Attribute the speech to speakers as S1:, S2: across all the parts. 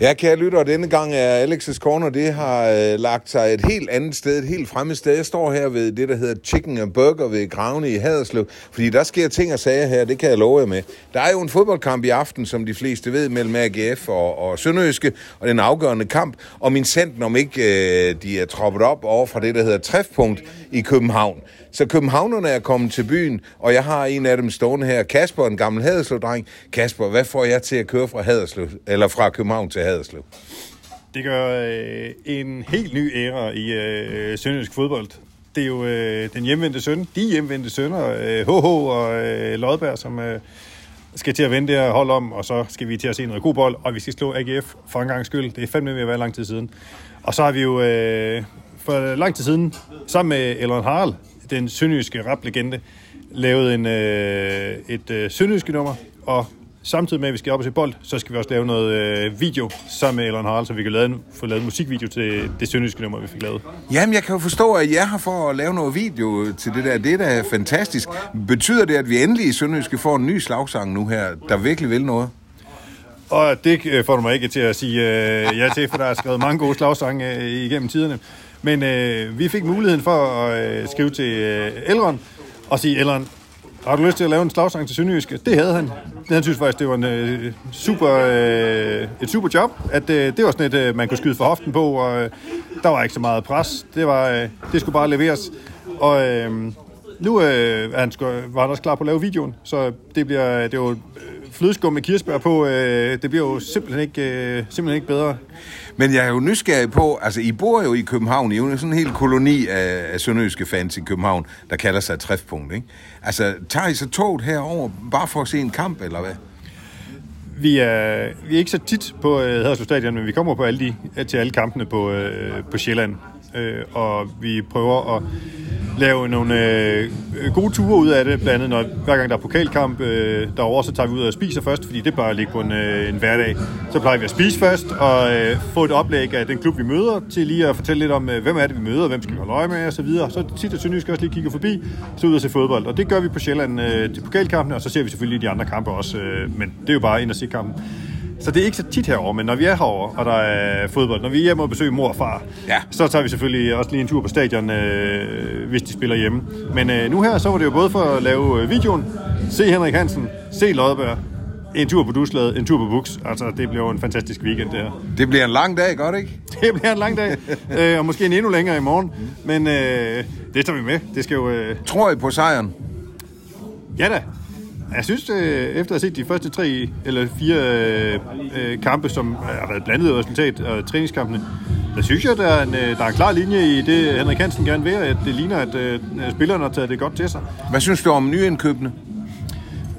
S1: Ja, kære lytter, denne gang er Alex's Corner, det har øh, lagt sig et helt andet sted, et helt fremmed sted. Jeg står her ved det, der hedder Chicken and Burger ved Gravene i Haderslev, fordi der sker ting og sager her, det kan jeg love jer med. Der er jo en fodboldkamp i aften, som de fleste ved, mellem AGF og, og Sønderøske, og den afgørende kamp, og min senten om ikke øh, de er troppet op over fra det, der hedder Træfpunkt i København. Så københavnerne er kommet til byen, og jeg har en af dem stående her, Kasper, en gammel Haderslev-dreng. Kasper, hvad får jeg til at køre fra, Haderslev, eller fra København til Haderslev?
S2: Det gør øh, en helt ny æra i øh, sønderjysk fodbold. Det er jo øh, den hjemvendte søn, de hjemvendte sønner, øh, HH og øh, Lodberg, som øh, skal til at vende det her hold om, og så skal vi til at se noget god bold, og vi skal slå AGF for en gang skyld. Det er fandme ved at være lang tid siden. Og så har vi jo øh, for lang tid siden, sammen med Elon Harl, den sønderjyske raplegende, lavet en, øh, et øh, sønderjyske nummer, og samtidig med, at vi skal op og se bold, så skal vi også lave noget øh, video sammen med Elon Harl, så vi kan lave en, få lavet en musikvideo til det sønderjyske nummer, vi fik lavet.
S1: Jamen, jeg kan jo forstå, at jeg er her for at lave noget video til det der. Det der er da fantastisk. Betyder det, at vi endelig i Sønderjyske får en ny slagsang nu her, der virkelig vil noget?
S2: Og det øh, får du mig ikke til at sige øh, ja til, for der er skrevet mange gode slagsange øh, igennem tiderne. Men øh, vi fik muligheden for at øh, skrive til øh, Elron og sige, Elron, har du lyst til at lave en slagsang til Sønderjyske? Det havde han. Han synes faktisk, det var en, øh, super, øh, et super job, at øh, det var sådan et, øh, man kunne skyde for hoften på, og øh, der var ikke så meget pres. Det, var, øh, det skulle bare leveres. Og øh, nu øh, er han sku, var han også klar på at lave videoen, så det bliver det var øh, flødeskum med kirsebær på. Øh, det bliver jo simpelthen ikke, øh, simpelthen ikke bedre.
S1: Men jeg er jo nysgerrig på, altså I bor jo i København, I er jo sådan en hel koloni af, af sønderjyske fans i København, der kalder sig Træfpunkt, ikke? Altså, tager I så toget herover bare for at se en kamp, eller hvad?
S2: Vi er, vi er ikke så tit på øh, Haderslev Stadion, men vi kommer på alle de, til alle kampene på, øh, på Sjælland. Øh, og vi prøver at lave nogle øh, gode ture ud af det, blandt andet når, hver gang der er pokalkamp øh, derovre, så tager vi ud og spiser først, fordi det plejer at ligge på en, øh, en hverdag. Så plejer vi at spise først og øh, få et oplæg af den klub, vi møder, til lige at fortælle lidt om, øh, hvem er det, vi møder, hvem skal vi holde øje med osv. Så, videre. så er det tit, at Sønderjysk også lige kigger forbi, så ud og se fodbold. Og det gør vi på Sjælland øh, til pokalkampene, og så ser vi selvfølgelig de andre kampe også, øh, men det er jo bare ind og se kampen. Så det er ikke så tit herover, men når vi er herover og der er fodbold, når vi er hjemme og besøger mor og far,
S1: Ja.
S2: så tager vi selvfølgelig også lige en tur på stadion, øh, hvis de spiller hjemme. Men øh, nu her, så var det jo både for at lave øh, videoen, se Henrik Hansen, se Lodberg, en tur på Duslaget, en tur på Buks. Altså, det bliver jo en fantastisk weekend, det her.
S1: Det bliver en lang dag, godt ikke?
S2: Det bliver en lang dag, øh, og måske en endnu længere i morgen. Men øh, det tager vi med. Det skal jo... Øh,
S1: Tror I på sejren?
S2: Ja da. Jeg synes, øh, efter at have set de første tre eller fire øh, øh, kampe, som har været blandet resultat og træningskampene, der synes jeg, der er, en, øh, der er en klar linje i det, Henrik Hansen gerne vil, at det ligner, at øh, spillerne har taget det godt til sig.
S1: Hvad synes du om nyindkøbene?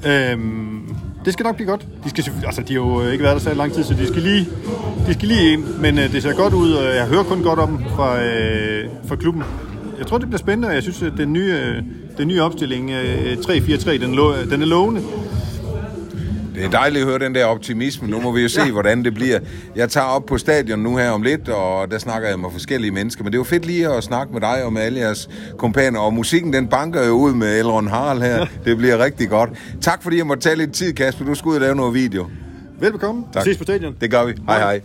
S2: Øhm, det skal nok blive godt. De, skal, selvfø- altså, de har jo øh, ikke været der så lang tid, så de skal lige, de skal lige ind. Men øh, det ser godt ud, og jeg hører kun godt om dem fra, øh, fra klubben. Jeg tror, det bliver spændende, og jeg synes, at den nye, øh, den nye opstilling, øh, 3-4-3, den, lo- den er lovende.
S1: Det er dejligt at høre den der optimisme. Nu må vi jo se, hvordan det bliver. Jeg tager op på stadion nu her om lidt, og der snakker jeg med forskellige mennesker. Men det var fedt lige at snakke med dig og med alle jeres kompaner. Og musikken, den banker jo ud med Elron Harald her. Det bliver rigtig godt. Tak fordi jeg måtte tage lidt tid, Kasper. Du skulle ud og lave noget video.
S2: Velbekomme. Tak. Vi ses på stadion.
S1: Det gør vi. Hej hej.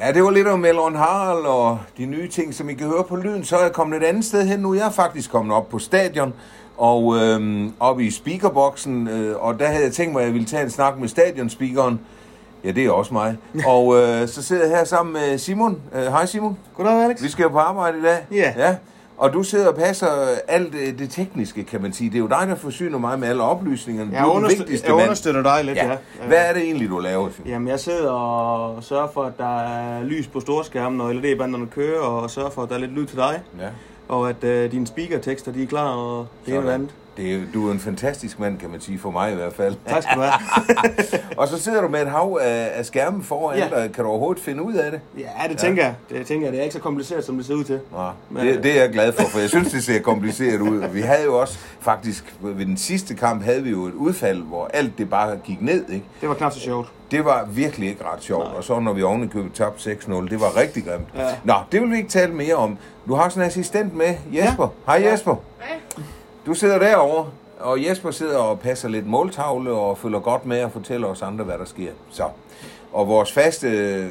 S1: Ja, det var lidt om Elron Harald og de nye ting, som I kan høre på lyden. Så er jeg kommet et andet sted hen nu. Jeg er faktisk kommet op på stadion og øhm, oppe i speakerboksen. Øh, og der havde jeg tænkt mig, at jeg ville tage en snak med stadionspeakeren. Ja, det er også mig. Og øh, så sidder jeg her sammen med Simon. Øh, Hej Simon.
S3: Goddag, Alex.
S1: Vi skal jo på arbejde i dag.
S3: Ja.
S1: ja. Og du sidder og passer alt øh, det tekniske, kan man sige. Det er jo dig, der forsyner mig med alle oplysningerne.
S3: Jeg,
S1: du er den
S3: understøt-
S1: vigtigste
S3: jeg
S1: mand.
S3: understøtter dig lidt, ja.
S1: Ja.
S3: ja.
S1: Hvad er det egentlig, du laver? Simon?
S3: Jamen, jeg sidder og sørger for, at der er lys på storskærmen, og LED-banderne kører, og sørger for, at der er lidt lyd til dig.
S1: Ja.
S3: Og at øh, dine speakertekster, de er klar, og det ene og det
S1: Sådan.
S3: andet.
S1: Det er, du er en fantastisk mand, kan man sige, for mig i hvert fald.
S3: Tak skal du have.
S1: og så sidder du med et hav af, af skærmen foran
S3: Ja.
S1: dig. Kan du overhovedet finde ud af det?
S3: ja, det tænker jeg. Det tænker jeg. Det er ikke så kompliceret, som det ser ud til.
S1: Nå,
S3: Men,
S1: det,
S3: øh,
S1: det er jeg glad for, for jeg synes, det ser kompliceret ud. Vi havde jo også, faktisk, ved den sidste kamp havde vi jo et udfald, hvor alt det bare gik ned, ikke?
S3: Det var knap så sjovt.
S1: Det var virkelig ikke ret sjovt. Og så når vi ovenikøbet tabte 6-0, det var rigtig grimt.
S3: Ja.
S1: Nå, det vil vi ikke tale mere om. Du har sådan en assistent med, Jesper. Hej Jesper. Hej. Du sidder derovre. Og Jesper sidder og passer lidt måltavle og følger godt med og fortæller os andre, hvad der sker. Så. Og vores faste øh,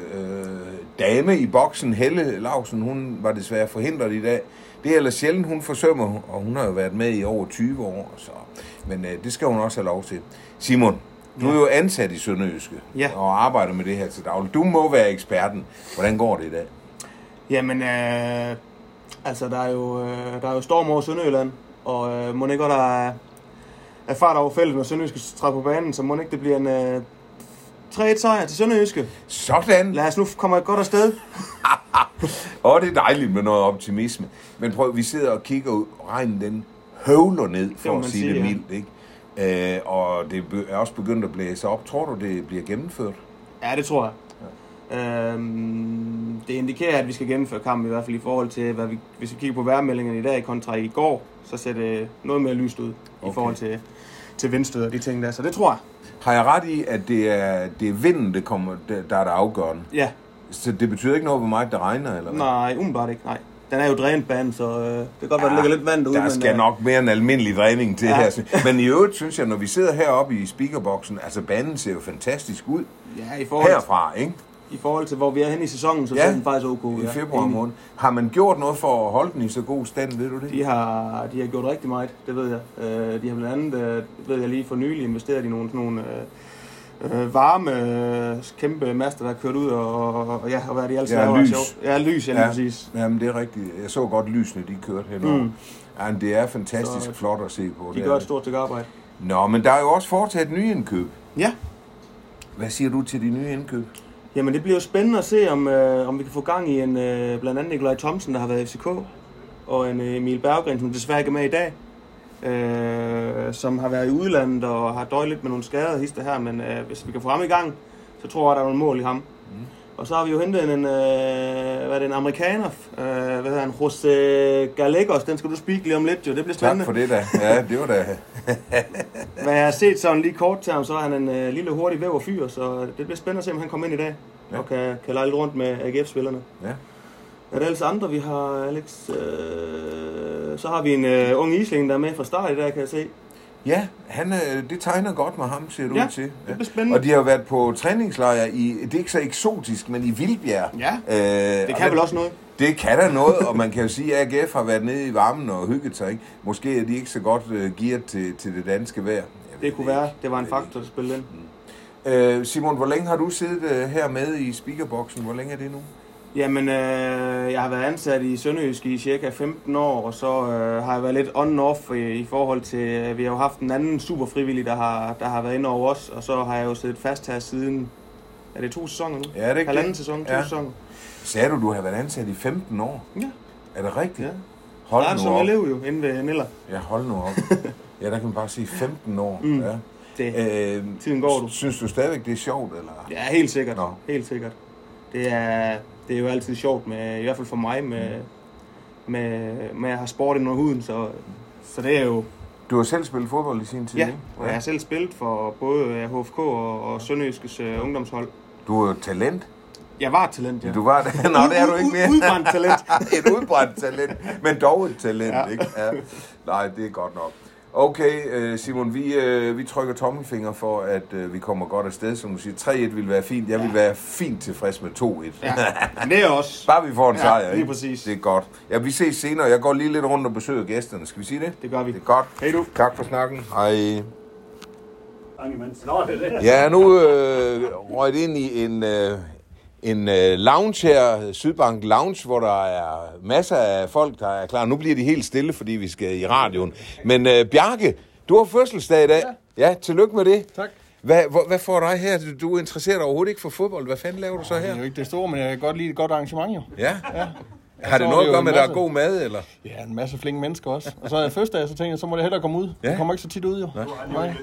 S1: dame i boksen, Helle Lausen, hun var desværre forhindret i dag. Det er ellers sjældent, hun forsømmer, og hun har jo været med i over 20 år. Så. Men øh, det skal hun også have lov til. Simon, du er jo ansat i Sønderjyske
S3: Ja.
S1: og arbejder med det her til daglig. Du må være eksperten. Hvordan går det i dag?
S3: Jamen, øh, altså, der er, jo, øh, der er jo storm over Sønderjylland, og øh, må ikke godt der er, er fart over feltet, når Sønderjyske træder på banen, så må ikke det bliver en øh, 3-1 sejr til Sønderjyske.
S1: Sådan!
S3: Lad os nu komme godt afsted.
S1: Og det er dejligt med noget optimisme. Men prøv, vi sidder og kigger ud. Regnen den høvler ned, for
S3: må
S1: at
S3: man
S1: sige
S3: sige,
S1: det
S3: ja.
S1: mildt. Ikke? Øh, og det be- er også begyndt at blæse op. Tror du, det bliver gennemført?
S3: Ja, det tror jeg. Øhm, det indikerer, at vi skal gennemføre kampen, i hvert fald i forhold til, hvad vi, hvis vi kigger på vejrmeldingerne i dag kontra i går, så ser det noget mere lyst ud okay.
S1: Okay.
S3: i forhold til, til vindstød og de ting der. Så det tror jeg.
S1: Har jeg ret i, at det er, det er vinden, det kommer, der, der er det afgørende?
S3: Ja,
S1: Så det betyder ikke noget, hvor meget det regner? Eller hvad?
S3: nej, umiddelbart ikke. Nej. Den er jo drænet bane, så øh, det kan godt være, der ligger lidt vand derude.
S1: Der skal
S3: øh,
S1: nok mere en almindelig dræning til ja.
S3: Ja.
S1: her. Men i øvrigt synes jeg, når vi sidder heroppe i speakerboksen, altså banen ser jo fantastisk ud
S3: Ja, i forhold,
S1: herfra, ikke?
S3: i forhold til, hvor vi er henne i sæsonen, så
S1: Ja.
S3: ja. ser den faktisk ok.
S1: I
S3: ja.
S1: februar
S3: Enig.
S1: måned. Har man gjort noget for at holde den i så god stand, ved du det?
S3: De har, de har gjort rigtig meget, det ved jeg. Øh, de har blandt andet, øh, det ved jeg lige for nylig, investeret i nogle, sådan nogle øh, øh, varme, øh, kæmpe master, der er kørt ud, og, og, og ja, og hvad er de altid
S1: Ja,
S3: laver, er
S1: lys.
S3: sjovt. Ja, lys, ja, lige
S1: Ja.
S3: ja. præcis.
S1: Jamen, det er rigtigt. Jeg så godt lysene, de kørte henover. Mm.
S3: Mm.
S1: Jamen, det er fantastisk så,
S3: Så-
S1: flot at se på.
S3: De
S1: det
S3: gør
S1: er
S3: et stort stykke arbejde.
S1: det. Nå, men der er jo også foretaget nye indkøb.
S3: Ja.
S1: Hvad siger du til de nye indkøb?
S3: Jamen, det bliver jo spændende at se, om, øh, om vi kan få gang i en, øh, blandt andet Nikolaj Thomsen, der har været i FCK, og en øh, Emil Berggren, som desværre ikke er med i dag, øh, som har været i udlandet og har døjet lidt med nogle skader hister her, men øh, hvis vi kan få ham i gang, så tror jeg, der er nogle mål i ham. Mm. Og så har vi jo hentet en, en, øh, hvad er det, en amerikaner, øh, hvad hedder han, Jose Gallegos, den skal du speak lige om lidt jo, det
S1: Tak
S3: bliver spændende.
S1: for det da. Ja, det var da.
S3: Hvad jeg har set sådan lige kort til ham, så er han en øh, lille hurtig væv og fyr, så det bliver spændende at se, om han kommer ind i dag
S1: Ja.
S3: ja. og kan, kan lege lidt rundt med AGF-spillerne.
S1: Ja.
S3: Er der ellers andre, vi har, Alex? Øh, så har vi en øh, ung isling, der er med fra start i dag, kan jeg se.
S1: Ja, han, øh, det tegner godt med ham, ser du
S3: Ja,
S1: ud til.
S3: det bliver spændende.
S1: Og de har været på træningslejr i, det er ikke så eksotisk, men i Vildbjerg.
S3: Ja.
S1: Øh,
S3: Det
S1: og
S3: kan vel
S1: den-
S3: også noget.
S1: Det kan der noget, og man kan jo sige, at AGF har været nede i varmen og hygget sig. Ikke? Måske er de ikke så godt øh, gearet til, til det danske vejr. Jeg ved
S3: Det kunne være,
S1: ikke.
S3: det var en
S1: Jeg ved
S3: faktor, der spillede ind.
S1: ikke. Øh, Simon, hvor længe har du siddet øh, her med i speakerboksen? Hvor længe er det nu?
S3: Jamen, øh, jeg har været ansat i Sønderjysk i cirka 15 år, og så øh, har jeg været lidt on and off i, i forhold til, øh, vi har jo haft en anden superfrivillig, der har, der har været inde over os, og så har jeg jo siddet fast her siden, er det to sæsoner nu?
S1: Ja, det er ikke
S3: Halvanden
S1: det.
S3: sæson, to
S1: Ja.
S3: ja. sæsoner.
S1: Sagde du, du har været ansat i 15 år?
S3: Ja,
S1: Er det rigtigt?
S3: ja.
S1: Hold
S3: Startede
S1: nu
S3: som
S1: op.
S3: elev jo, inde ved Niller.
S1: Ja, hold nu op. ja, der kan man bare sige 15 år.
S3: Mm.
S1: Ja.
S3: Det,
S1: Øh,
S3: Tiden går, du.
S1: Synes du stadigvæk, det er sjovt? Eller?
S3: Ja, helt sikkert.
S1: Nå.
S3: Helt sikkert. Det er, det er jo altid sjovt, med, i hvert fald for mig, med,
S1: Mm.
S3: med, med at have sport ind under huden. Så, så det er jo...
S1: Du har selv spillet fodbold i sin tid,
S3: Ja,
S1: ikke?
S3: og jeg har selv spillet for både øh, HFK og, og Sønderjyskes uh, ungdomshold.
S1: Du er jo et talent.
S3: Jeg var et talent, ja.
S1: Du var det. Nå, det er du ikke mere.
S3: Udbrændt talent.
S1: et udbrændt talent, men dog et talent, ja.
S3: Ja.
S1: ikke? Ja. Nej, det er godt nok. Okay, øh, Simon, vi, øh, vi trykker tommelfinger for, at øh, vi kommer godt afsted. Som du siger, 3-1 ville være fint. Jeg ville være fint tilfreds med 2-1.
S3: Ja, men det er også...
S1: Bare vi får en
S3: Ja,
S1: sejr,
S3: lige
S1: ikke?
S3: præcis.
S1: Det er godt. Ja, vi ses senere. Jeg går lige lidt rundt og besøger gæsterne. Skal vi sige det?
S3: Det gør vi.
S1: Det er godt.
S3: Hej du.
S1: Tak for snakken. Hej.
S4: Lange imens. Nå, det er det.
S1: Jeg er nu øh, røget ind i en, øh, en øh, lounge her, Sydbank Lounge, hvor der er masser af folk, der er klar. Nu bliver de helt stille, fordi vi skal i radioen. Men øh, Bjarke, du har fødselsdag i dag. Ja, ja tillykke med det.
S5: Tak.
S1: Hvad, hvor, hvad får dig her? Du- Du er interesseret overhovedet ikke for fodbold. Hvad fanden laver du så
S5: Det er
S1: her?
S5: jo ikke det store, men jeg kan godt lide et godt arrangement jo.
S1: Ja. ja. Har det
S5: er
S1: noget
S5: det
S1: at gøre
S5: jo en
S1: med, at der er
S5: masse-
S1: god mad, eller?
S5: Ja, en masse flinke mennesker også. Og så er jeg første dag, så tænkte jeg, så må det hellere komme ud.
S1: Ja.
S5: Ja. Det kommer ikke så tit ud jo. Nej.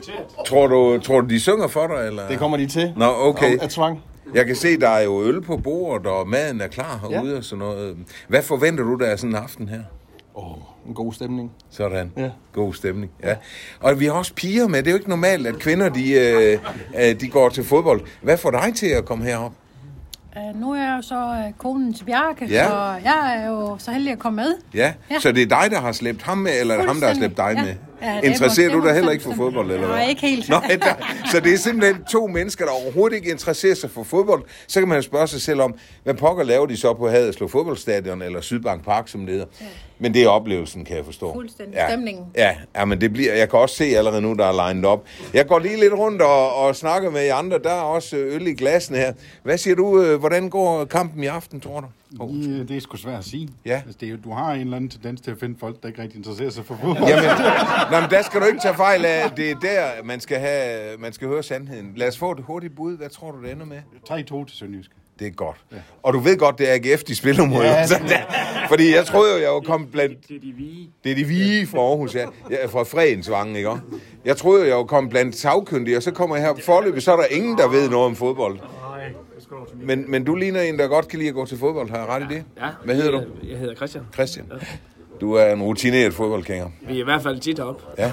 S1: Tror du, tror du de synger for dig, eller?
S5: Det kommer de til.
S1: Nå, okay.
S5: At tvang.
S1: Jeg kan se, der er jo øl på bordet, og maden er klar herude ja. og sådan noget. Hvad forventer du, der er sådan en aften her?
S5: Åh, en god stemning.
S1: Sådan. Ja.
S5: Ja.
S1: God stemning. Ja. Og vi har også piger med. Det er jo ikke normalt, at kvinder de, øh, øh, de går til fodbold. Hvad får dig til at komme herop?
S6: Øh, nu er jeg jo så øh, konen til Bjarke,
S1: Ja.
S6: ja. så jeg er jo så heldig at komme med.
S1: Ja. ja.
S6: Ja.
S1: Så det er dig, der har slæbt ham med, eller er det ham, der har
S6: Fuldstændig.
S1: slæbt dig
S6: Ja.
S1: med?
S6: Ja, det må-
S1: Interesserer
S6: det
S1: du
S6: må
S1: dig heller
S6: sådan-
S1: ikke for
S6: sådan-
S1: fodbold, eller hvad?
S6: Nej, ikke helt.
S1: Nå, der, så det er simpelthen to mennesker, der overhovedet ikke interesserer sig for fodbold. Så kan man jo spørge sig selv om, hvad pokker laver de så på Haderslev Fodboldstadion, eller Sydbank Park, som det hedder. Men det er oplevelsen, kan jeg forstå.
S6: Fuldstændig.
S1: Ja.
S6: Stemningen.
S1: Ja, ja, men det bliver, jeg kan også se allerede nu, der er lined op. Jeg går lige lidt rundt og, og snakker med jer andre. Der er også øh, øl i glassen her. Hvad siger du, øh, hvordan går kampen i aften, tror du? Oh.
S7: Ja, det er sgu svært at sige.
S1: Ja.
S7: Altså, det er, jo- du har en eller anden tendens til at finde folk, der ikke rigtig interesserer sig for fodbold.
S1: Jamen, nå, men der skal du ikke tage fejl af. Det er der, man skal, have, man skal høre sandheden. Lad os få et hurtigt bud. Hvad tror du, det ender med?
S7: 3-2 til Sønderjysk.
S1: Det er godt. Ja. Og du ved godt, det er AGF, de spiller mod. Ja, der, fordi jeg troede jo, jeg var kommet blandt...
S3: Det er de vige.
S1: Det er de vige fra Aarhus, ja. ja fra Fredensvangen, ikke også? Jeg troede jo, jeg var kommet blandt sagkyndige, og så kommer jeg her på forløbet, så er der ingen, der ved noget om fodbold.
S8: Nej, jeg skal over til
S1: Men, men du ligner en, der godt kan lide at gå til fodbold. Har jeg ret i det?
S8: Ja,
S1: Hvad hedder du?
S8: Jeg hedder Christian.
S1: Christian. Du er en rutineret fodboldkænger.
S8: Vi er i hvert fald tit op.
S1: Ja.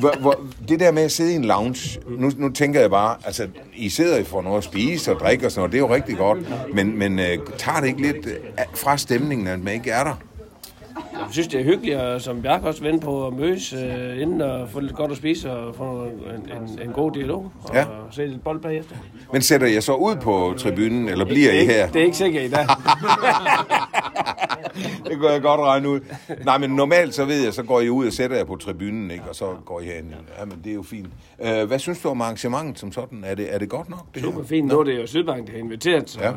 S1: Hvor, hvor, det der med at sidde i en lounge, nu, nu tænker jeg bare, altså, I sidder jo for noget at spise og drikke og sådan noget, det er jo rigtig godt, men, men øh, tager det ikke lidt øh, af- fra stemningen, at man ikke er der?
S8: Jeg synes, det er hyggeligt, og som Bjarke også vender på at mødes øh, inden og få lidt godt at spise og få en, en, en god dialog. Og
S1: Ja.
S8: se lidt bold bagefter.
S1: Men sætter jeg så ud på tribunen, eller bliver
S8: det, er
S1: I
S8: ikke,
S1: her?
S8: det er ikke sikkert i dag.
S1: Det kunne jeg godt regne ud. Nej, men normalt så ved jeg, så går I ud og sætter jer på tribunen, ikke? og så går I hen. Ja, men det er jo fint. Øh, hvad synes du om arrangementet som sådan? Er det, er det godt nok? Det her?
S8: Super fint. Nu er det jo Sydbank, der har inviteret, så
S1: Ja.
S8: øh,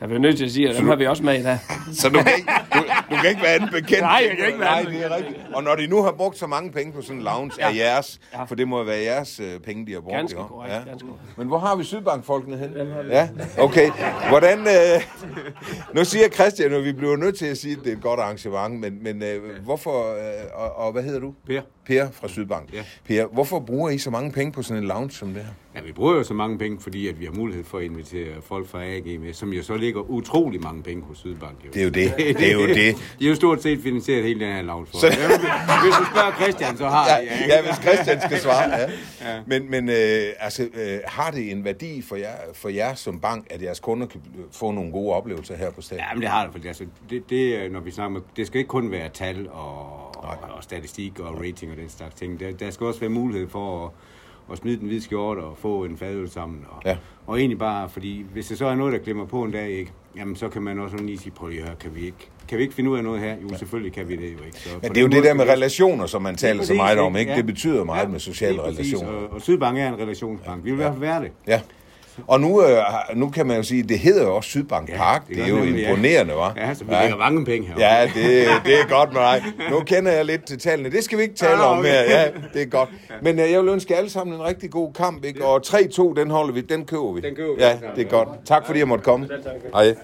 S8: jeg bliver nødt til at sige, at dem har vi også med i dag.
S1: Så du kan, ikke, du, du kan ikke være anden bekendt.
S8: Nej, jeg kan ikke være
S1: Nej,
S8: anden
S1: det er rigtigt. Og når de nu har brugt så mange penge på sådan en lounge ja. af jeres, ja. for det må være jeres øh, penge, de har brugt.
S8: Ganske
S1: ikke?
S8: korrekt, ganske korrekt.
S1: Men hvor har vi Sydbankfolkene hen? Ja, okay. Hvordan, øh, nu siger Christian, at vi bliver nødt til at sige, at det er et godt arrangement, men, men øh, hvorfor, øh, og, og hvad hedder du?
S9: Per.
S1: Per fra Sydbank.
S9: Ja.
S1: Per, hvorfor bruger I så mange penge på sådan en lounge som det her?
S9: Ja, vi bruger jo så mange penge, fordi at vi har mulighed for at invitere folk fra AG med, som jo så ligger utrolig mange penge hos Sydbank. Jo.
S1: Det er jo det. Det er jo det.
S9: De er jo stort set finansieret hele den her lavn for. Så... Hvis du spørger Christian, så har jeg.
S1: ja, ja, hvis Christian skal svare. Ja. ja. Men, men øh, altså, øh, har det en værdi for jer, for jer som bank, at jeres kunder kan øh, få nogle gode oplevelser her på stedet?
S9: Ja, men det har det, fordi altså, det, det, er, når vi snakker med, det skal ikke kun være tal og, og, og statistik og rating og den slags ting. Der, der skal også være mulighed for at, at smide den hvide skjorte og få en fadøl sammen. Og,
S1: Ja.
S9: og egentlig bare, fordi hvis det så er noget, der glemmer på en dag, ikke? Jamen, så kan man også lige sige, prøv lige at høre, kan vi ikke, kan vi ikke finde ud af noget her? Jo, selvfølgelig kan vi det jo ikke. Så på
S1: Men det er
S9: den
S1: jo
S9: måde
S1: det der
S9: skal
S1: med
S9: vi-
S1: relationer, som man taler så
S9: Præcis,
S1: meget om, ikke?
S9: Ja.
S1: Det betyder meget
S9: Ja,
S1: med sociale
S9: lige præcis,
S1: relationer.
S9: Og, og Sydbank er en relationsbank. Vi vil i hvert fald være det.
S1: Ja. Og nu, øh, nu kan man jo sige, det hedder jo også Sydbank Park.
S9: det
S1: det, er
S9: gør
S1: jo
S9: nemlig, ja.
S1: imponerende, hva'?
S9: Ja, så vi lægger mange penge her.
S1: Ja, det, det er godt med dig. Nu kender jeg lidt til tallene. Det skal vi ikke tale
S9: Ah,
S1: om
S9: okay.
S1: her. Ja, det er godt. Men øh, jeg vil ønske jer alle sammen en rigtig god kamp, ikke? Og 3-2, den holder vi. Den køber vi.
S9: Den køber vi.
S1: Ja, det er godt. Tak fordi jeg måtte komme. Hej.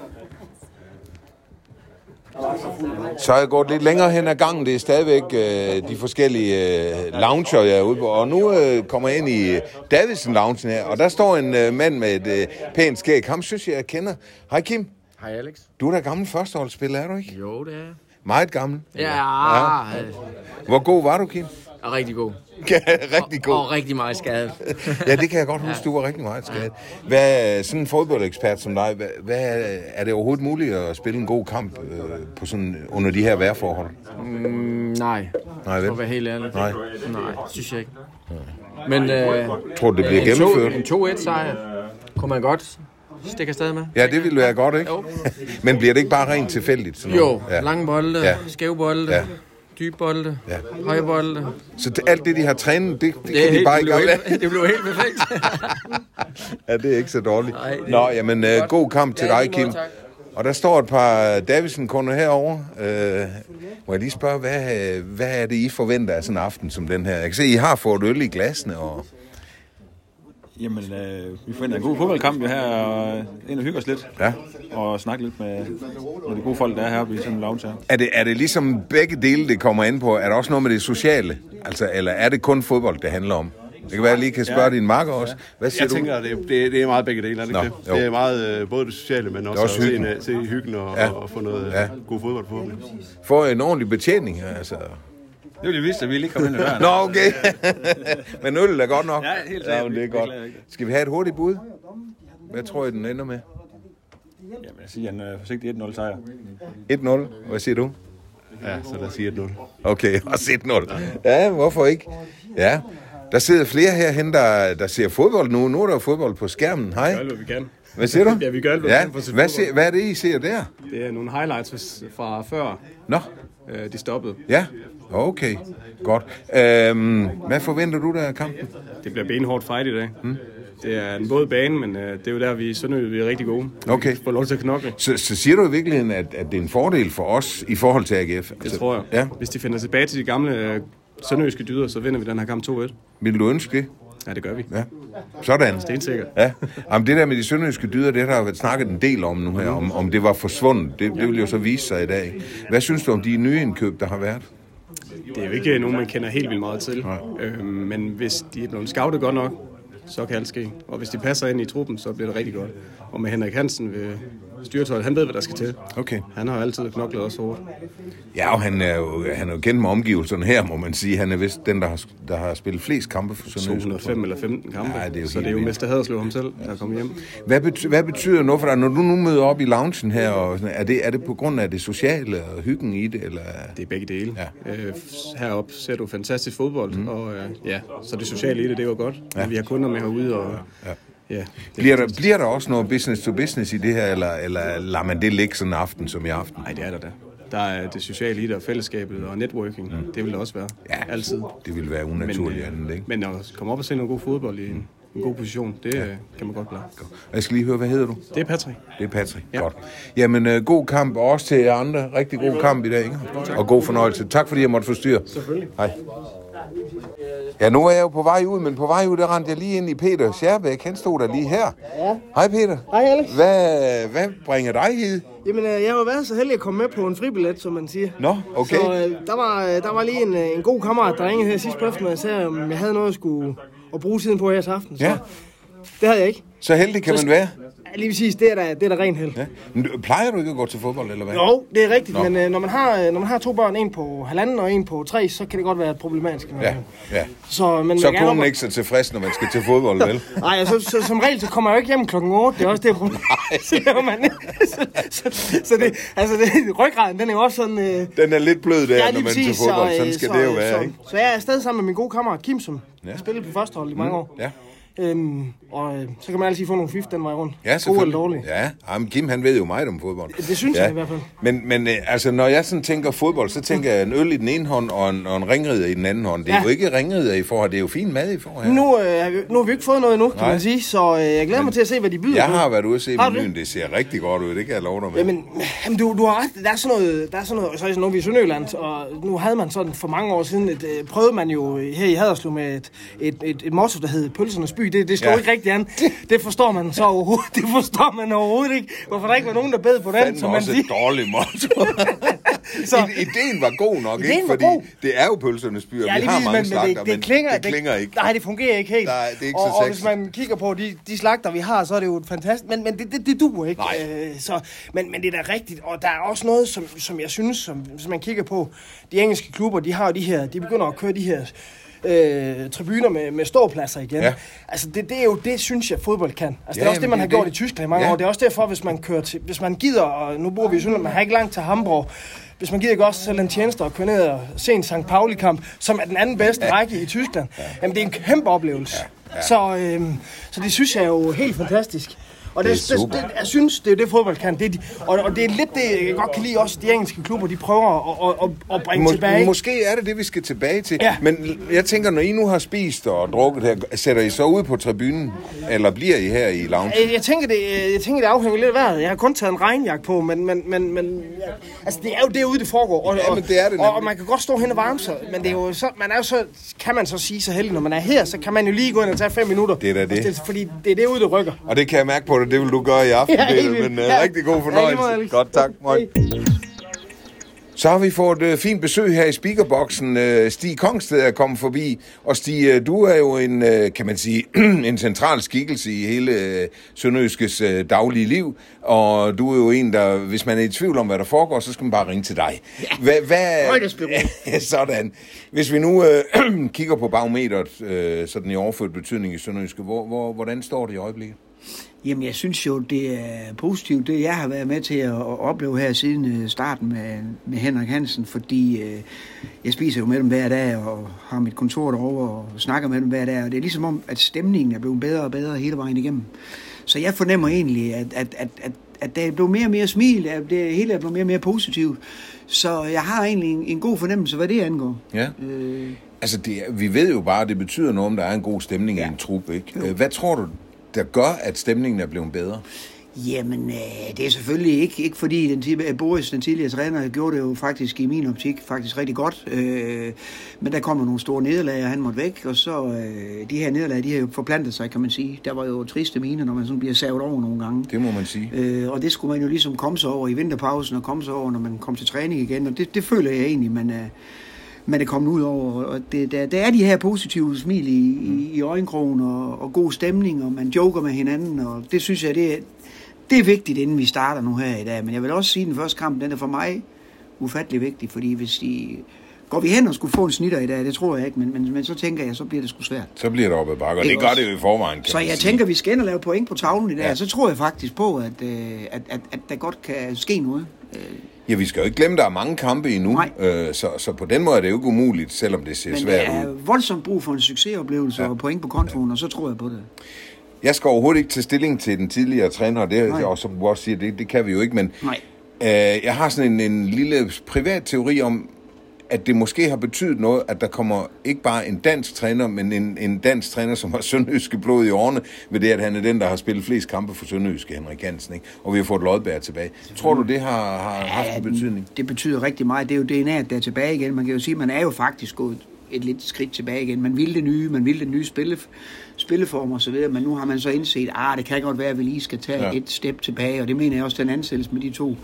S1: Så er jeg gået lidt længere hen ad gangen. Det er stadigvæk øh, de forskellige øh, lounger, jeg er ude på. Og nu øh, kommer jeg ind i øh, Davidsen Loungen her, og der står en øh, mand med et øh, pænt skæg. Ham synes jeg, jeg kender. Hej Kim.
S10: Hej Alex.
S1: Du er da gammel førsteholdsspiller, er du ikke?
S10: Jo, det er jeg.
S1: Meget gammel.
S10: Ja,
S1: Ja.
S10: ja.
S1: Hvor god var du, Kim?
S10: er rigtig god.
S1: rigtig
S10: Og rigtig meget skadet.
S1: Ja, det kan jeg godt huske. Du var rigtig meget skadet. Hvad, sådan en fodboldekspert som dig, hvad, hvad, er det overhovedet muligt at spille en god kamp øh, på sådan, under de her vejrforhold?
S10: Mm, nej,
S1: Nej,
S10: for at
S1: vel?
S10: være helt ærlig.
S1: Nej.
S10: Nej, synes jeg ikke. Men øh,
S1: Tror du, det bliver
S10: en, to, en
S1: gennemført?
S10: 2-1 sejr kunne man godt stikke afsted med.
S1: Ja, det ville være godt, ikke?
S10: Jo,
S1: Men bliver det ikke bare rent tilfældigt? Sådan
S10: jo.
S1: noget?
S10: Ja. lange bolde,
S1: Ja.
S10: ja. skæve bolde,
S1: Ja.
S10: ja. dybe bolde,
S1: Ja.
S10: ja. høje bolde.
S1: Så det- alt det, de har trænet, det, det,
S10: Det, er
S1: kan de
S10: helt,
S1: bare
S10: det,
S1: ikke
S10: blev
S1: aflære.
S10: helt, det blev helt perfekt.
S1: Ja, det er ikke så dårligt.
S10: Nej, det-
S1: Nå, jamen, øh, god kamp til
S10: Ja, i
S1: dig,
S10: lige
S1: Kim.
S10: måde, tak.
S1: Og der står et par Davidsen-kunder herovre. Øh, må jeg lige spørge, hvad, øh, hvad er det, I forventer af sådan en aften som den her? Jeg kan se, I har fået øl i glasene, og
S11: Jamen, øh, vi forventer en god fodboldkamp jo her, og øh, ind og hygge os lidt.
S1: Ja.
S11: Og snakke lidt med, med de gode folk, der er heroppe i sådan en lounge her.
S1: er det, er det ligesom begge dele, det kommer ind på? Er der også noget med det sociale? Altså, eller er det kun fodbold, det handler om? Det kan være, jeg lige kan spørge ja. din makker også. Hvad siger
S12: Jeg
S1: du?
S12: tænker, det, det, det er meget begge dele, er det
S1: Nå,
S12: ikke det?
S1: jo.
S12: Det er meget øh, både det sociale, men også,
S1: også
S12: at se,
S1: hyggen.
S12: en, øh, se hyggen og,
S1: Ja.
S12: ja. og få noget
S1: Ja.
S12: ja. god fodbold forhåbentlig.
S1: Få en ordentlig betjening, altså.
S11: Det ville de vise, at vi lige kom ind i døren.
S1: Nå, okay. Men øl er godt nok.
S11: Ja, helt
S1: ja,
S11: sikkert.
S1: men det er
S11: Det
S1: godt.
S11: klager jeg ikke.
S1: Skal vi have et hurtigt bud? Hvad tror I, den ender med?
S11: Jamen, jeg siger en øh, forsigtig 1-0 sejr.
S1: 1-0. Hvad siger du?
S2: Ja, så lad os sige 1-0.
S1: Okay, også 1-0. Ja, hvorfor ikke? Ja. Der sidder flere herhen, der, der ser fodbold nu. Nu er der jo fodbold på skærmen. Hej.
S9: Vi gør alt, hvad vi kan.
S1: Hvad siger du?
S9: Ja, vi gør alt, hvad vi
S1: ja.
S9: kan for at se
S1: hvad,
S9: fodbold.
S1: se, hvad er det, I ser der?
S9: Det er nogle highlights fra før.
S1: Nå.
S9: Øh, de stoppede.
S1: Ja, okay. Godt. Øhm, hvad forventer du der af kampen?
S9: Det bliver benhårdt fight i dag. Hmm. Det er en våd bane, men øh, det er jo der, vi i Sønderjylland vi er rigtig gode.
S1: Okay.
S9: Få lov til at knokle.
S1: Så, så siger du i virkeligheden, at, at det er en fordel for os i forhold til AGF?
S9: Det tror jeg.
S1: Altså, Ja.
S9: Hvis de finder tilbage til de gamle øh, sønderjyske dyder, så vinder vi den her kamp 2-1.
S1: Vil du ønske det?
S9: Ja, det gør vi.
S1: Ja. Sådan.
S9: Stensikker.
S1: Ja. Jamen, det der med de sønderjyske dyder, det har der jo været snakket en del om nu her, om, om det var forsvundet. Det, det vil jo så vise sig i dag. Hvad synes du om de nye indkøb, der har været?
S9: Det er jo ikke nogen, man kender helt vildt meget til. Øh, men hvis de er blevet scoutet godt nok, så kan alt ske. Og hvis de passer ind i truppen, så bliver det rigtig godt. Og med Henrik Hansen ved styretøjet, han ved, hvad der skal til.
S1: Okay.
S9: Han har jo altid knoklet også hårdt.
S1: Ja, og han er jo, han er jo kendt med omgivelserne her, må man sige. Han er vist den, der har, der har spillet flest kampe for Sønderjysk.
S9: 205 eller 15 kampe.
S1: Mm, Ja, det er jo
S9: så
S1: helt
S9: det er jo
S1: vildt.
S9: Mester Haderslev ham selv, der er kommet hjem.
S1: Hvad, bety- hvad betyder noget for dig, når du nu møder op i loungen her? Og sådan, er, det, er det på grund af det sociale og hyggen i det? Eller?
S9: Det er begge dele. Ja. Øh, heroppe ser du fantastisk fodbold, mm. og øh, ja, så det sociale i det, det var godt. Ja. Vi har kunder med herude, og ja. ja.
S1: Bliver der, bliver der også noget business to business i det her, eller, eller lader man det ligge sådan en aften som i aften?
S9: Nej, det er der da. Der er det sociale i det, og fællesskabet, og networking. Mm. Det vil der også være. Ja, altid.
S1: Det ville være unaturligt andet, ikke?
S9: Men øh, at komme op og se noget god fodbold i en, en god position, det ja. kan man godt klare.
S1: Og Jeg skal lige høre, hvad hedder du?
S9: Det er Patrick.
S1: Det er Patrick, ja. godt. Jamen, øh, god kamp og også til jer andre. Rigtig god kamp i dag, ikke? Og god fornøjelse. Tak fordi jeg måtte forstyrre.
S9: Selvfølgelig.
S1: Hej. Ja, nu er jeg jo på vej ud, men på vej ud, der rendte jeg lige ind i Peter Scherbæk. Han stod der lige her.
S13: Ja.
S1: Hej Peter.
S13: Hej Alex.
S1: Hvad, hvad bringer dig hit?
S13: Jamen, øh, jeg har jo været så heldig at komme med på en fribillet, som man siger.
S1: Nå, okay.
S13: Så øh, der, var, øh, der var lige en, øh, en god kammerat, der ringede her sidst på eftermiddag og sagde, om jeg havde noget at, skulle, at bruge tiden på her til aften. Så
S1: Ja.
S13: det havde jeg ikke.
S1: Så heldig kan
S13: Så-
S1: man være.
S13: Ja, lige præcis, det er da, det er da ren held. Ja.
S1: Men du- Plejer du ikke at gå til fodbold, eller hvad?
S13: Jo, det er rigtigt,
S1: Nå.
S13: Nå. men øh, når, man har, øh, når man har to børn, en på halvanden og en på tre, så kan det godt være problematisk.
S1: Ja, ja.
S13: Så, men
S1: så
S13: jeg gerne
S1: konen
S13: op-
S1: ikke så tilfreds, når man skal til fodbold, vel?
S13: Nej, altså, så, som regel, så kommer jeg jo ikke hjem klokken 8. Det er også det problem. så, laver man, så, så, så det, altså, det, ryggraden, den er jo også sådan... Øh,
S1: Den er lidt blød der,
S13: ja,
S1: når
S13: lige
S1: man er til
S13: præcis,
S1: fodbold.
S13: øh,
S1: Sådan skal det jo være,
S13: så,
S1: ikke?
S13: Så jeg er stadig sammen med min gode kammerat Kim, som
S1: Ja. Mm.
S13: ja. spillede på første hold i mange år.
S1: Ja.
S13: Øhm, og øh, så kan man altid få nogle fif den vej rundt.
S1: Ja,
S13: Gode eller
S1: selvfølgelig.
S13: dårlige.
S1: Ja, jamen, Kim han ved jo meget om fodbold.
S13: Det synes
S1: ja.
S13: jeg i hvert fald.
S1: Men, men øh, altså, når jeg sådan tænker fodbold, så tænker jeg en øl i den ene hånd og en, og en ringrider i den anden hånd. Det er
S13: Ja.
S1: jo ikke ringrider, I får her, det er jo fin mad, I får her.
S13: Nu, øh, har vi- nu har vi ikke fået noget endnu, kan
S1: Nej.
S13: man sige, så øh, jeg glæder mig til at se, hvad de byder
S1: Jeg
S13: på.
S1: har været ude og se
S13: Har du
S1: menuen, det ser rigtig godt ud, det kan jeg love dig med.
S13: Jamen, jamen du, du har ret. Der er sådan noget, der er sådan noget, så er sådan noget, vi er i Sønderjylland, og nu havde man sådan for mange år siden, et, øh, prøvede man jo her i Haderslev med et, et, et, et motto, der hed Pølsernes by. Det, det slog
S14: Ja.
S13: ja. ikke rigtig an. Det forstår man så overhovedet, det forstår man overhovedet ikke. Hvorfor der ikke var nogen, der bed på den,
S1: Fandme
S13: som man
S1: også
S13: siger.
S1: et dårligt motto. så... Ideen var god nok,
S13: Ideen
S1: ikke?
S13: var
S1: Fordi
S13: god.
S1: det er jo pølsernes by, og vi har
S13: præcis,
S1: mange slagter,
S13: det, det, klinger,
S1: det klinger ikke.
S13: Nej, det fungerer ikke helt.
S1: Nej, det er ikke
S13: og,
S1: så
S13: og
S1: sexet.
S13: hvis man kigger på de, de slagter, vi har, så er det jo et fantastisk... Men, men det, det, det duer ikke. Øh, så, men, men det er da rigtigt. Og der er også noget, som, som jeg synes, som, hvis man kigger på de engelske klubber, de har jo de her... De begynder at køre de her øh, tribuner med, med ståpladser igen.
S1: Ja.
S13: Ja. Altså, det, det er jo det, synes jeg, fodbold kan. Altså, det
S1: Ja,
S13: er også det,
S1: jamen,
S13: man
S1: det
S13: har
S1: er
S13: gjort
S1: det.
S13: i Tyskland i mange
S1: Ja.
S13: år. Det er også derfor, hvis man kører til, hvis man gider, og nu bor vi i Sønderland, man har ikke langt til Hamburg, hvis man gider ikke også selv en tjeneste og køre ned og se en St. Pauli-kamp, som er den anden bedste række i Tyskland, jamen det er en kæmpe oplevelse.
S1: ja.
S13: Så, øhm, så det synes jeg er jo helt fantastisk. Og det,
S1: Det er
S13: det, det,
S1: super.
S13: jeg synes, det er jo det, fodbold kan. Det er de, og, og det er lidt det, jeg godt kan lide også, de engelske klubber, de prøver at, at, at, at bringe
S1: Mås-
S13: tilbage.
S1: Måske er det det, vi skal tilbage til. Ja. Men l- jeg tænker, når I nu har spist og drukket her, sætter I så ud på tribunen, eller bliver I her i lounge?
S13: Øh, Jeg tænker, det, øh, jeg tænker, det afhænger lidt af vejret. Jeg har kun taget en regnjakke på, men, men, men, men ja, altså, det er jo derude, det foregår. Og,
S1: Ja, men det er det
S13: og,
S1: nemlig.
S13: og, man kan godt stå hen og varme sig, men det er jo så, man er jo så, kan man så sige så heldig, når man er her, så kan man jo lige gå ind og tage fem minutter.
S1: Det er da
S13: Og
S1: det.
S13: stille- Fordi det er derude, det rykker.
S1: Og det kan jeg mærke på dig, det vil du gøre i aften,
S13: Ja,
S1: ja,
S13: helt
S1: Peter,
S13: vildt.
S1: men uh,
S13: Ja.
S1: rigtig
S13: Ja,
S1: god
S13: i lige
S1: fornøjelse.
S13: måde, Alex.
S1: Godt, tak. Moin. Så har vi fået et uh, fint besøg her i speakerboksen. Uh, Stig Kongsted er kommet forbi, og Stig, uh, du er jo en, uh, kan man sige, en central skikkelse i hele uh, Sønderjyskes uh, daglige liv, og du er jo en, der, hvis man er i tvivl om, hvad der foregår, så skal man bare ringe til dig. Hvad, hvad, sådan. Hvis vi nu øh, kigger på barometeret, øh, sådan i overført betydning i Sønderjyske, hvor, hvor, hvordan står det i øjeblikket?
S13: Jamen, jeg synes jo, det er positivt, det jeg har været med til at at opleve her siden øh, starten med, med Henrik Hansen, fordi øh, jeg spiser jo med dem hver dag og har mit kontor derovre og snakker med dem hver dag, og det er ligesom om, at stemningen er blevet bedre og bedre hele vejen igennem. Så jeg fornemmer egentlig, at, at, at, at, at der er blevet mere og mere smil, at det hele er blevet mere og mere positivt. Så jeg har egentlig en, en god fornemmelse, hvad det angår.
S1: Ja.
S13: Øh,
S1: Altså, det, er- vi ved jo bare, at det betyder noget, om der er en god stemning ja. i en trup, ikke? Øh, Hvad tror du, der gør, at stemningen er blevet bedre?
S13: Jamen, øh, det er selvfølgelig ikke, ikke fordi den, tid- øh, Boris, den tidligere træner, gjorde det jo faktisk i min optik faktisk rigtig godt. Øh, men der kommer nogle store nederlag, og han måtte væk, og så øh, de her nederlag, de har jo forplantet sig, kan man sige. Der var jo triste mine, når man sådan bliver savet over nogle gange.
S1: Det må man sige.
S13: Øh, og det skulle man jo ligesom komme sig over i vinterpausen, og komme sig over, når man kom til træning igen, og det, det føler jeg egentlig, man er, man er kommet ud over. Og det, der, der er de her positive smil i, i, i øjenkrogen, og, og god stemning, og man joker med hinanden, og det synes jeg, det er, det er vigtigt, inden vi starter nu her i dag. Men jeg vil også sige, at den første kamp, den er for mig ufattelig vigtig, fordi hvis de... Går vi hen og skulle få en snitter i dag, det tror jeg ikke, men, men, men så tænker jeg, så bliver det sgu svært.
S1: Så bliver det op ad bakke, og det
S13: Ikke
S1: gør
S13: også?
S1: det jo i forvejen, kan
S13: Så
S1: man
S13: jeg
S1: sige.
S13: tænker, vi skal ind og lave point på tavlen i dag,
S1: Ja.
S13: ja. så tror jeg faktisk på, at, øh, at, at, at der godt kan ske noget.
S1: Ja, vi skal jo ikke glemme, der er mange kampe endnu,
S13: Nej.
S1: øh, så, så på den måde er det jo ikke umuligt, selvom det ser
S13: Men
S1: svært
S13: der
S1: ud.
S13: er voldsomt brug for en succesoplevelse ja. og point på kontoen, og så tror jeg på det.
S1: Jeg skal overhovedet ikke tage stilling til den tidligere træner, og det,
S13: Nej.
S1: og som du også siger, det, det kan vi jo ikke, men
S13: Nej.
S1: øh, jeg har sådan en, en lille privat teori om, at det måske har betydet noget, at der kommer ikke bare en dansk træner, men en, en dansk træner, som har sønderjyske blod i årene, ved det, at han er den, der har spillet flest kampe for sønderjyske, Henrik Hansen, ikke? og vi har fået Lodberg tilbage. Tror du, det har, har haft en betydning?
S13: Det betyder rigtig meget. Det er jo DNA'et, der er tilbage igen. Man kan jo sige, at man er jo faktisk gået et lidt skridt tilbage igen. Man ville det nye, man ville det nye spille, spilleform og så videre, men nu har man så indset, at det kan godt være, at vi lige skal tage
S1: Ja.
S13: ja. et step tilbage, og det mener jeg også, den ansættelse med de to.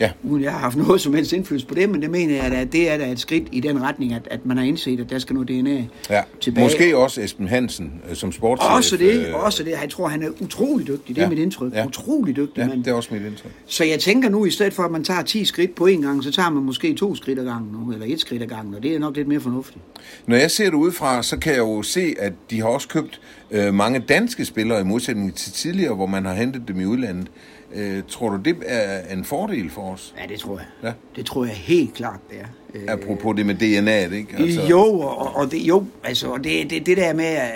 S1: Ja.
S13: Uden jeg har haft noget som helst indflydelse på det, men det mener jeg, at det er da et skridt i den retning, at, at man har indset, at der skal noget DNA
S1: Ja.
S13: tilbage.
S1: Måske også Esben Hansen øh, som sportschef.
S13: Også det,
S1: øh,
S13: også det. Jeg tror, han er utrolig dygtig. Det er
S1: Ja.
S13: ja. mit indtryk. Ja. Utrolig dygtig
S1: Ja,
S13: mand.
S1: det er også mit indtryk.
S13: Så jeg tænker nu, i stedet for at man tager 10 skridt på en gang, så tager man måske to skridt ad gangen nu, eller et skridt ad gangen, og det er nok lidt mere fornuftigt.
S1: Når jeg ser det udefra, så kan jeg jo se, at de har også købt øh, mange danske spillere i modsætning til tidligere, hvor man har hentet dem i udlandet. Øh, tror du, det er en fordel for os?
S13: Ja, det tror jeg.
S1: Ja.
S13: Det tror jeg helt klart, det er. Øh,
S1: Apropos det med DNA'et, ikke? Altså,
S13: Jo, og, og- og det, jo, altså, og det, det, det der med, at-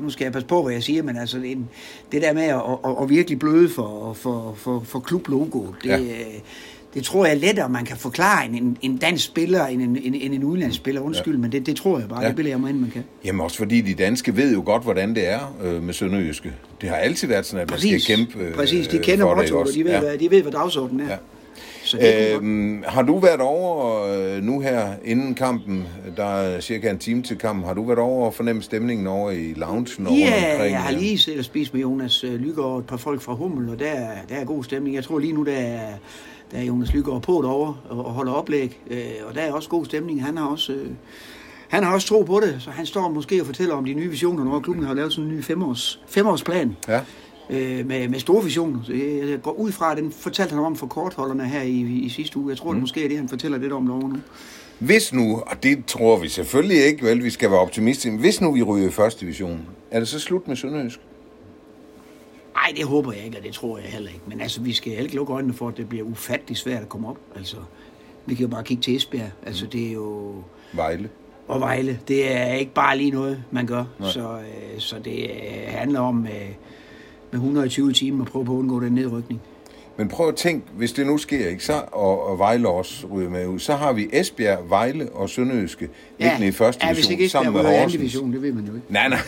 S13: nu skal jeg passe på, hvad jeg siger, men altså, det, det der med at, at, at virkelig bløde for, for, for, for klublogoet, det,
S1: Ja.
S13: ja. det tror jeg er lettere, man kan forklare en- en, en dansk spiller end en, en, en, en udenlandsspiller. Undskyld, ja. men det, det tror jeg bare,
S1: Ja.
S13: ja. det bilder jeg mig ind, man kan.
S1: Jamen også fordi de danske ved jo godt, hvordan det er øh, med Sønderjyske. Det har altid været sådan, at man
S13: Præcis.
S1: skal kæmpe øh,
S13: Præcis, de kender
S1: for det, ikke
S13: mottoet, og
S1: også?
S13: de ved, ja. hvad, de ved, hvad dagsordenen er.
S1: Ja.
S13: Ja. Så det er øh,
S1: Øhm, har du været over øh, nu her inden kampen, der er cirka en time til kampen, har du været over og fornemt stemningen over i loungen? over
S13: Ja,
S1: omkring,
S13: jeg har
S1: øh,
S13: lige siddet og spist med Jonas øh, Lygaard og et par folk fra Hummel, og der, er- der er god stemning. Jeg tror lige nu, der er, der er Jonas Lygaard på derovre og, og holder oplæg, øh, og der er også god stemning. Han har også, øh, han har også tro på det, så han står måske og fortæller om de nye visioner, når klubben har lavet sådan en ny femårs, femårsplan.
S1: Ja.
S13: Øh, med, med store visioner. Så jeg jeg går ud fra, at den fortalte han om for kortholderne her i, i, i sidste uge. Jeg tror, mm. det måske er det, han fortæller lidt om derovre nu.
S1: Hvis nu, og det tror vi selvfølgelig ikke, vel, vi skal være optimistiske, men hvis nu vi ryger i første division, er det så slut med Sønderjysk?
S13: Nej, det håber jeg ikke, og det tror jeg heller ikke. Men altså, vi skal heller ikke lukke øjnene for, at det bliver ufattelig svært at komme op. Altså, vi kan jo bare kigge til Esbjerg. Altså, det er jo...
S1: Vejle.
S13: Og Vejle. Det er ikke bare lige noget, man gør.
S1: Nej.
S13: Så, øh, så det øh, handler om øh, med 120 timer at prøve på at undgå den nedrykning.
S1: Men prøv at tænke, hvis det nu sker, ikke, så, og, og Vejle også ryger med ud, så har vi Esbjerg, Vejle og Sønderjyske liggende i første
S13: ja,
S1: division,
S13: hvis ikke Esbjerg
S1: sammen med
S13: ryger i anden
S1: Horsens.
S13: division, det ved man jo ikke.
S1: Nej, nej.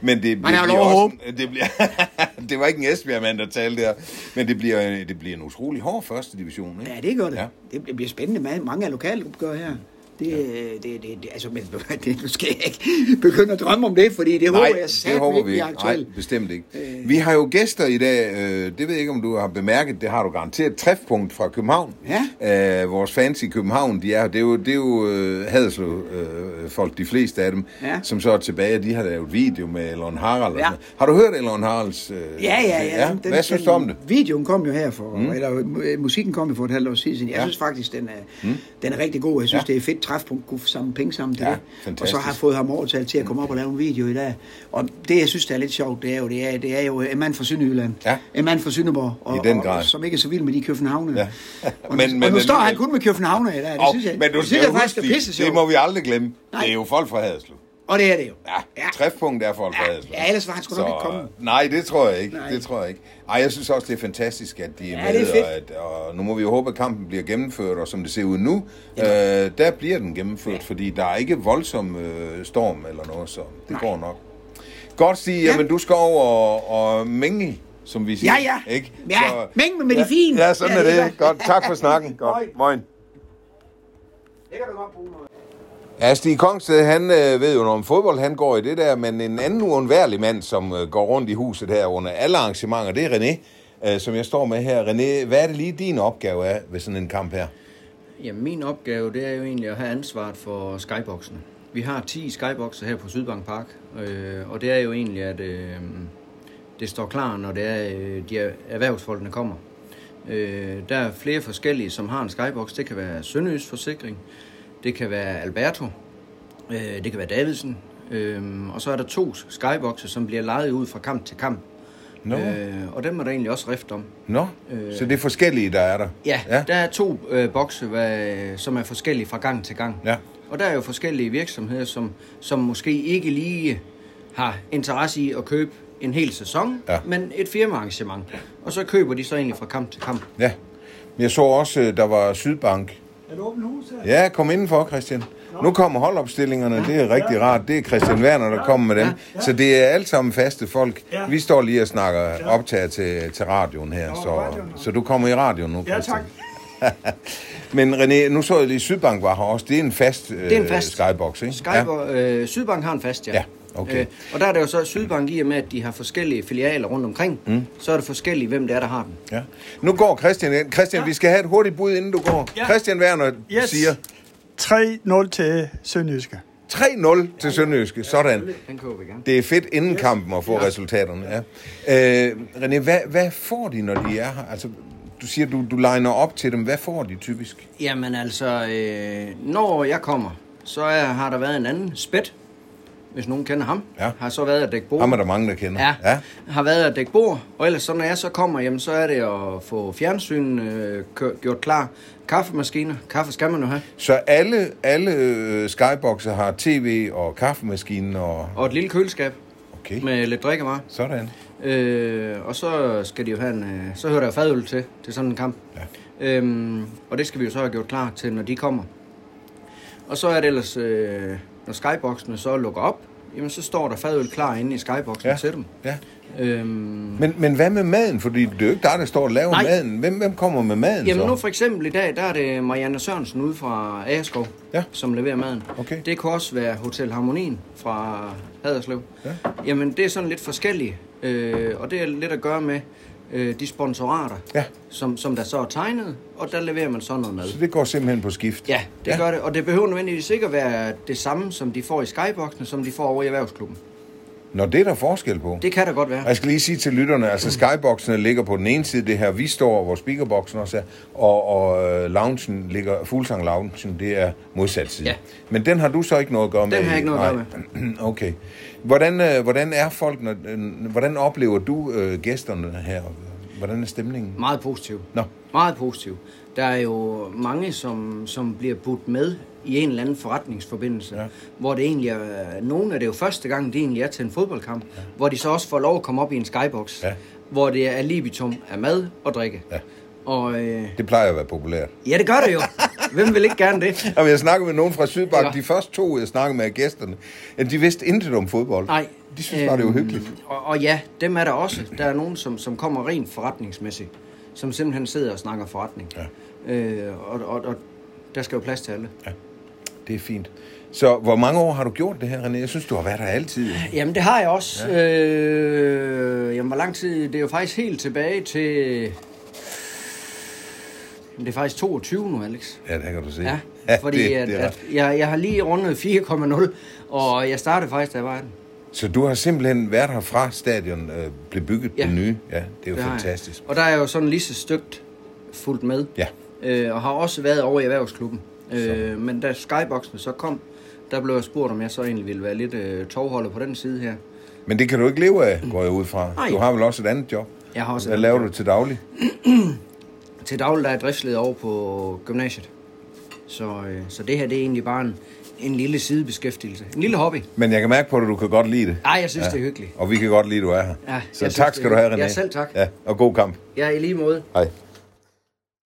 S1: Men det,
S13: Man
S1: det
S13: har jo
S1: bliver
S13: lov at
S1: også, det, bliver, det var ikke en Esbjerg-mand, der talte der. Men det bliver, det bliver en utrolig hård første division. Ikke?
S13: Ja, det gør det.
S1: Ja.
S13: Ja. Det det bliver spændende. Man- Mange af lokale opgør her. Det, ja. det, det, det, altså, men det, nu skal jeg ikke begynde at drømme om det, fordi det håber jeg
S1: det
S13: satme
S1: håber
S13: ikke
S1: vi
S13: bliver
S1: ikke.
S13: aktuelt.
S1: Nej, bestemt ikke. Øh... Vi har jo gæster i dag, øh, det ved jeg ikke, om du har bemærket, det har du garanteret, træfpunkt fra København. Ja. Øh, vores fans i København, de er, det er jo, det er jo øh, Haderslev, øh, folk, de fleste af dem,
S13: Ja.
S1: som så er tilbage, de har lavet video med Elon Harald. Ja.
S13: Ja.
S1: Har du hørt Elon Haralds? Øh,
S13: Ja, ja, ja.
S1: Hvad synes du om det?
S13: Videoen kom jo her for,
S1: Mm.
S13: mm. eller øh, musikken kom jo for et halvt år siden. Jeg
S1: Ja.
S13: ja. synes faktisk, den er,
S1: Mm.
S13: den er rigtig god. Jeg synes,
S1: Ja.
S13: ja. det er fedt
S15: træfpunkt kunne samle penge sammen til
S1: Ja,
S15: det. Og så
S1: fantastisk. Mm.
S15: har jeg fået ham overtalt til at komme op og lave en video i dag. Og det, jeg synes, der er lidt sjovt, det er jo, det er, det er jo øh, en mand fra Sønderjylland.
S1: Ja.
S15: En mand fra Sønderborg. Og,
S1: I den
S15: og-
S1: grad.
S15: Og, som ikke er så vild med de københavner. Ja. Og,
S1: Men-
S15: men, nu,
S1: men
S15: men, og nu står han
S1: alligevel-
S15: kun med københavner i dag. Det
S1: Åh,
S15: synes jeg,
S1: men du
S15: det
S1: skal
S15: synes
S1: jo
S15: jeg faktisk er
S1: huske,
S15: pisse
S1: det, det må vi aldrig glemme. Det er jo folk fra Haderslev.
S15: Og det er det jo.
S1: Ja, træfpunktet er folk fra Haderslev.
S15: Ja, ellers var han sgu nok ikke kommet.
S1: Nej, det tror jeg ikke.
S15: Nej.
S1: Det tror jeg ikke. Ej, jeg synes også, det er fantastisk, at de er
S15: Ja, det
S1: med.
S15: er fedt.
S1: Og, at, og nu må vi jo håbe, at kampen bliver gennemført, og som det ser ud nu, øh, der bliver den gennemført, fordi der er ikke voldsom øh, storm eller noget, så det går nok. Godt sige, ja. jamen du skal over og, og mingle, som vi siger.
S15: Ja, ja.
S1: Ikke?
S15: Ja, mingle med de
S1: ja,
S15: fine.
S1: Ja, sådan
S15: Ja,
S1: er
S15: det er
S1: det. Godt, tak for snakken. Godt, moin. Ja, Stig Kongsted, han øh, ved jo noget om fodbold, han går i det der, men en anden uundværlig mand, som øh, går rundt i huset her under alle arrangementer, det er René, øh, som jeg står med her. René, hvad er det lige din opgave er ved sådan en kamp her?
S13: Jamen, min opgave, det er jo egentlig at have ansvaret for skyboxene. Vi har 10 skyboxer her på Sydbank Park, øh, og det er jo egentlig, at øh, det står klar, når det er, øh, de er- erhvervsfolkene kommer. Øh, der er flere forskellige, som har en skybox. Det kan være Sønderjysk Forsikring, det kan være Alberto, øh, det kan være Davidsen, øh, og så er der to skyboxer, som bliver lejet ud fra kamp til kamp. Øh,
S1: Nå.
S13: og dem er der egentlig også rift om.
S1: Øh, Nå, øh, så det er forskellige, der er der.
S13: Ja, ja. der er to øh, bokse, hvad, som er forskellige fra gang til gang.
S1: Ja.
S13: Og der er jo forskellige virksomheder, som, som måske ikke lige har interesse i at købe en hel sæson, ja. men et firmaarrangement. Og så køber de så egentlig fra kamp til kamp.
S1: Ja, Men jeg så også, øh, der var Sydbank.
S5: Er det åbent hus her?
S1: Ja, kom indenfor, Christian. Nu kommer holdopstillingerne, det er rigtig rart. Det er Christian Werner, der kommer med dem. Så det er alt sammen faste folk.
S5: Ja.
S1: Vi står lige og snakker optager til, til radioen her, så, så du kommer i radioen nu,
S5: Ja, tak.
S1: Christian. Men René, nu så jeg lige, Sydbank var her også. Det er en fast, øh,
S13: Det er en fast.
S1: skybox, ikke?
S13: Skyber, ja. øh, Sydbank har en fast, ja. ja
S1: okay.
S13: og der er det jo så Sydbank i og med, at de har forskellige filialer rundt omkring,
S1: Mm.
S13: mm. så er det forskelligt, hvem det er, der har den.
S1: Ja. Nu går Christian ind. Christian, ja. vi skal have et hurtigt bud, inden du går. Ja. Christian Werner yes.
S5: Yes.
S1: siger
S5: 3-0 til Sønderjyske.
S1: 3-0 til Sønderjyske. Sådan.
S13: Den køber vi gerne.
S1: Det er fedt inden yes. kampen at få ja. resultaterne. Ja. Øh, René, hvad, hvad får de, når de er her? Altså, du siger, du, du liner op til dem. Hvad får de typisk?
S13: Jamen altså, øh, når jeg kommer, så er, har der været en anden spæt, hvis nogen kender ham.
S1: Ja.
S13: Har så været at dække bord.
S1: Ham er der mange, der kender.
S13: Ja.
S1: ja.
S13: Har været at dække bord, og ellers så når jeg så kommer, jamen så er det at få fjernsyn øh, kø- gjort klar. Kaffemaskiner. Kaffe skal man jo have.
S1: Så alle, alle øh, skyboxer har tv og kaffemaskinen og...
S13: Og et lille køleskab.
S1: Okay.
S13: Med lidt drikkevarer.
S1: Sådan.
S13: Øh, og så skal de jo have en, øh, så hører der jo fadøl til, til sådan en kamp.
S1: Ja.
S13: Øhm, og det skal vi jo så have gjort klar til, når de kommer. Og så er det ellers, øh, når skyboxene så lukker op, jamen så står der fadøl klar inde i skyboxen
S1: Ja.
S13: til dem.
S1: Ja.
S13: Øhm,
S1: Men, men hvad med maden? Fordi det er jo ikke dig, der står og laver Nej.
S13: Nej.
S1: maden. Hvem, hvem kommer med maden
S13: Jamen
S1: så?
S13: nu for eksempel i dag, der er det Marianne Sørensen ude fra Agerskov,
S1: ja.
S13: som leverer maden.
S1: Okay.
S13: Det kunne også være Hotel Harmonien fra Haderslev.
S1: Ja.
S13: Jamen det er sådan lidt forskellige, øh, og det er lidt at gøre med øh, de sponsorater,
S1: ja.
S13: som, som der så er tegnet, og der leverer man så noget mad.
S1: Så det går simpelthen på skift?
S13: Ja, det ja. gør det, og det behøver nødvendigvis ikke at være det samme, som de får i Skyboxen, som de får over i Erhvervsklubben.
S1: Nå, det er der forskel på.
S13: Det Mm. kan der godt være.
S1: Og jeg skal lige sige til lytterne, altså skyboxene ligger på den ene side, det her vi står, hvor speakerboxen også er, og, og øh, loungen ligger, Fuglsang Loungen, det er modsat side. Ja. Men den har du så ikke noget at gøre med?
S13: Den har jeg ikke noget at gøre
S1: med. okay. Hvordan, øh, hvordan er folk, når, øh, hvordan oplever du øh, gæsterne her? Hvordan er stemningen?
S13: Meget positiv.
S1: Nå.
S13: Meget positiv. Der er jo mange, som, som bliver budt med i en eller anden forretningsforbindelse, ja. hvor det egentlig er, nogle af det jo første gang, det egentlig er til en fodboldkamp, ja. hvor de så også får lov at komme op i en skybox, ja. hvor det er libitum af mad og drikke. Ja. Og øh,
S1: Det plejer at være populært.
S13: ja, det gør det jo. Hvem vil ikke gerne det?
S1: Jamen, jeg snakkede med nogen fra Sydbank, ja. de første to, jeg snakkede med af gæsterne, at de vidste intet om fodbold.
S13: Nej. Øhm,
S1: De synes bare, det var hyggeligt.
S13: Og, og ja, dem er der også. Der er nogen, som, som kommer rent forretningsmæssigt, som simpelthen sidder og snakker forretning. Ja. Øh, og, og, og der skal jo plads til alle.
S1: Ja. Det er fint. Så hvor mange år har du gjort det her, René? Jeg synes, du har været her altid.
S13: Jamen, det har jeg også. Ja. Øh, jamen, hvor lang tid? Det er jo faktisk helt tilbage til... Jamen, det er faktisk 22 nu, Alex.
S1: Ja, det kan du se.
S13: Ja,
S1: Ja,
S13: fordi
S1: det-
S13: at,
S1: det er
S13: at jeg, jeg har lige rundet 4,0, og jeg startede faktisk, da jeg var 18.
S1: Så du har simpelthen været her fra stadion øh, blev bygget ja. den nye. Ja, det er jo
S13: Det
S1: det
S13: har jeg.
S1: fantastisk.
S13: Og der er jeg jo sådan lige så støgt fuldt med.
S1: Ja.
S13: Øh, og har også været over i erhvervsklubben. Øh, men da skyboxen så kom, der blev jeg spurgt, om jeg så egentlig ville være lidt øh, tovholder på den side her.
S1: Men det kan du ikke leve af, går jeg ud fra.
S13: Nej.
S1: Du har vel også et andet job?
S13: Jeg har også et
S1: Hvad
S13: andet
S1: laver
S13: job.
S1: du til daglig?
S13: Til daglig der er jeg driftsleder over på gymnasiet. Så, øh, så det her det er egentlig bare en, en lille sidebeskæftigelse. En lille hobby.
S1: Men jeg kan mærke på dig, du kan godt lide det.
S13: Ej, jeg synes, det er hyggeligt.
S1: Og vi kan godt lide, at du er her.
S13: Ja, jeg
S1: så
S13: synes,
S1: tak
S13: det
S1: skal
S13: er
S1: du have, René.
S13: hyggeligt. Ja, selv tak.
S1: Ja, og god kamp.
S13: Jeg er i lige måde.
S1: Hej.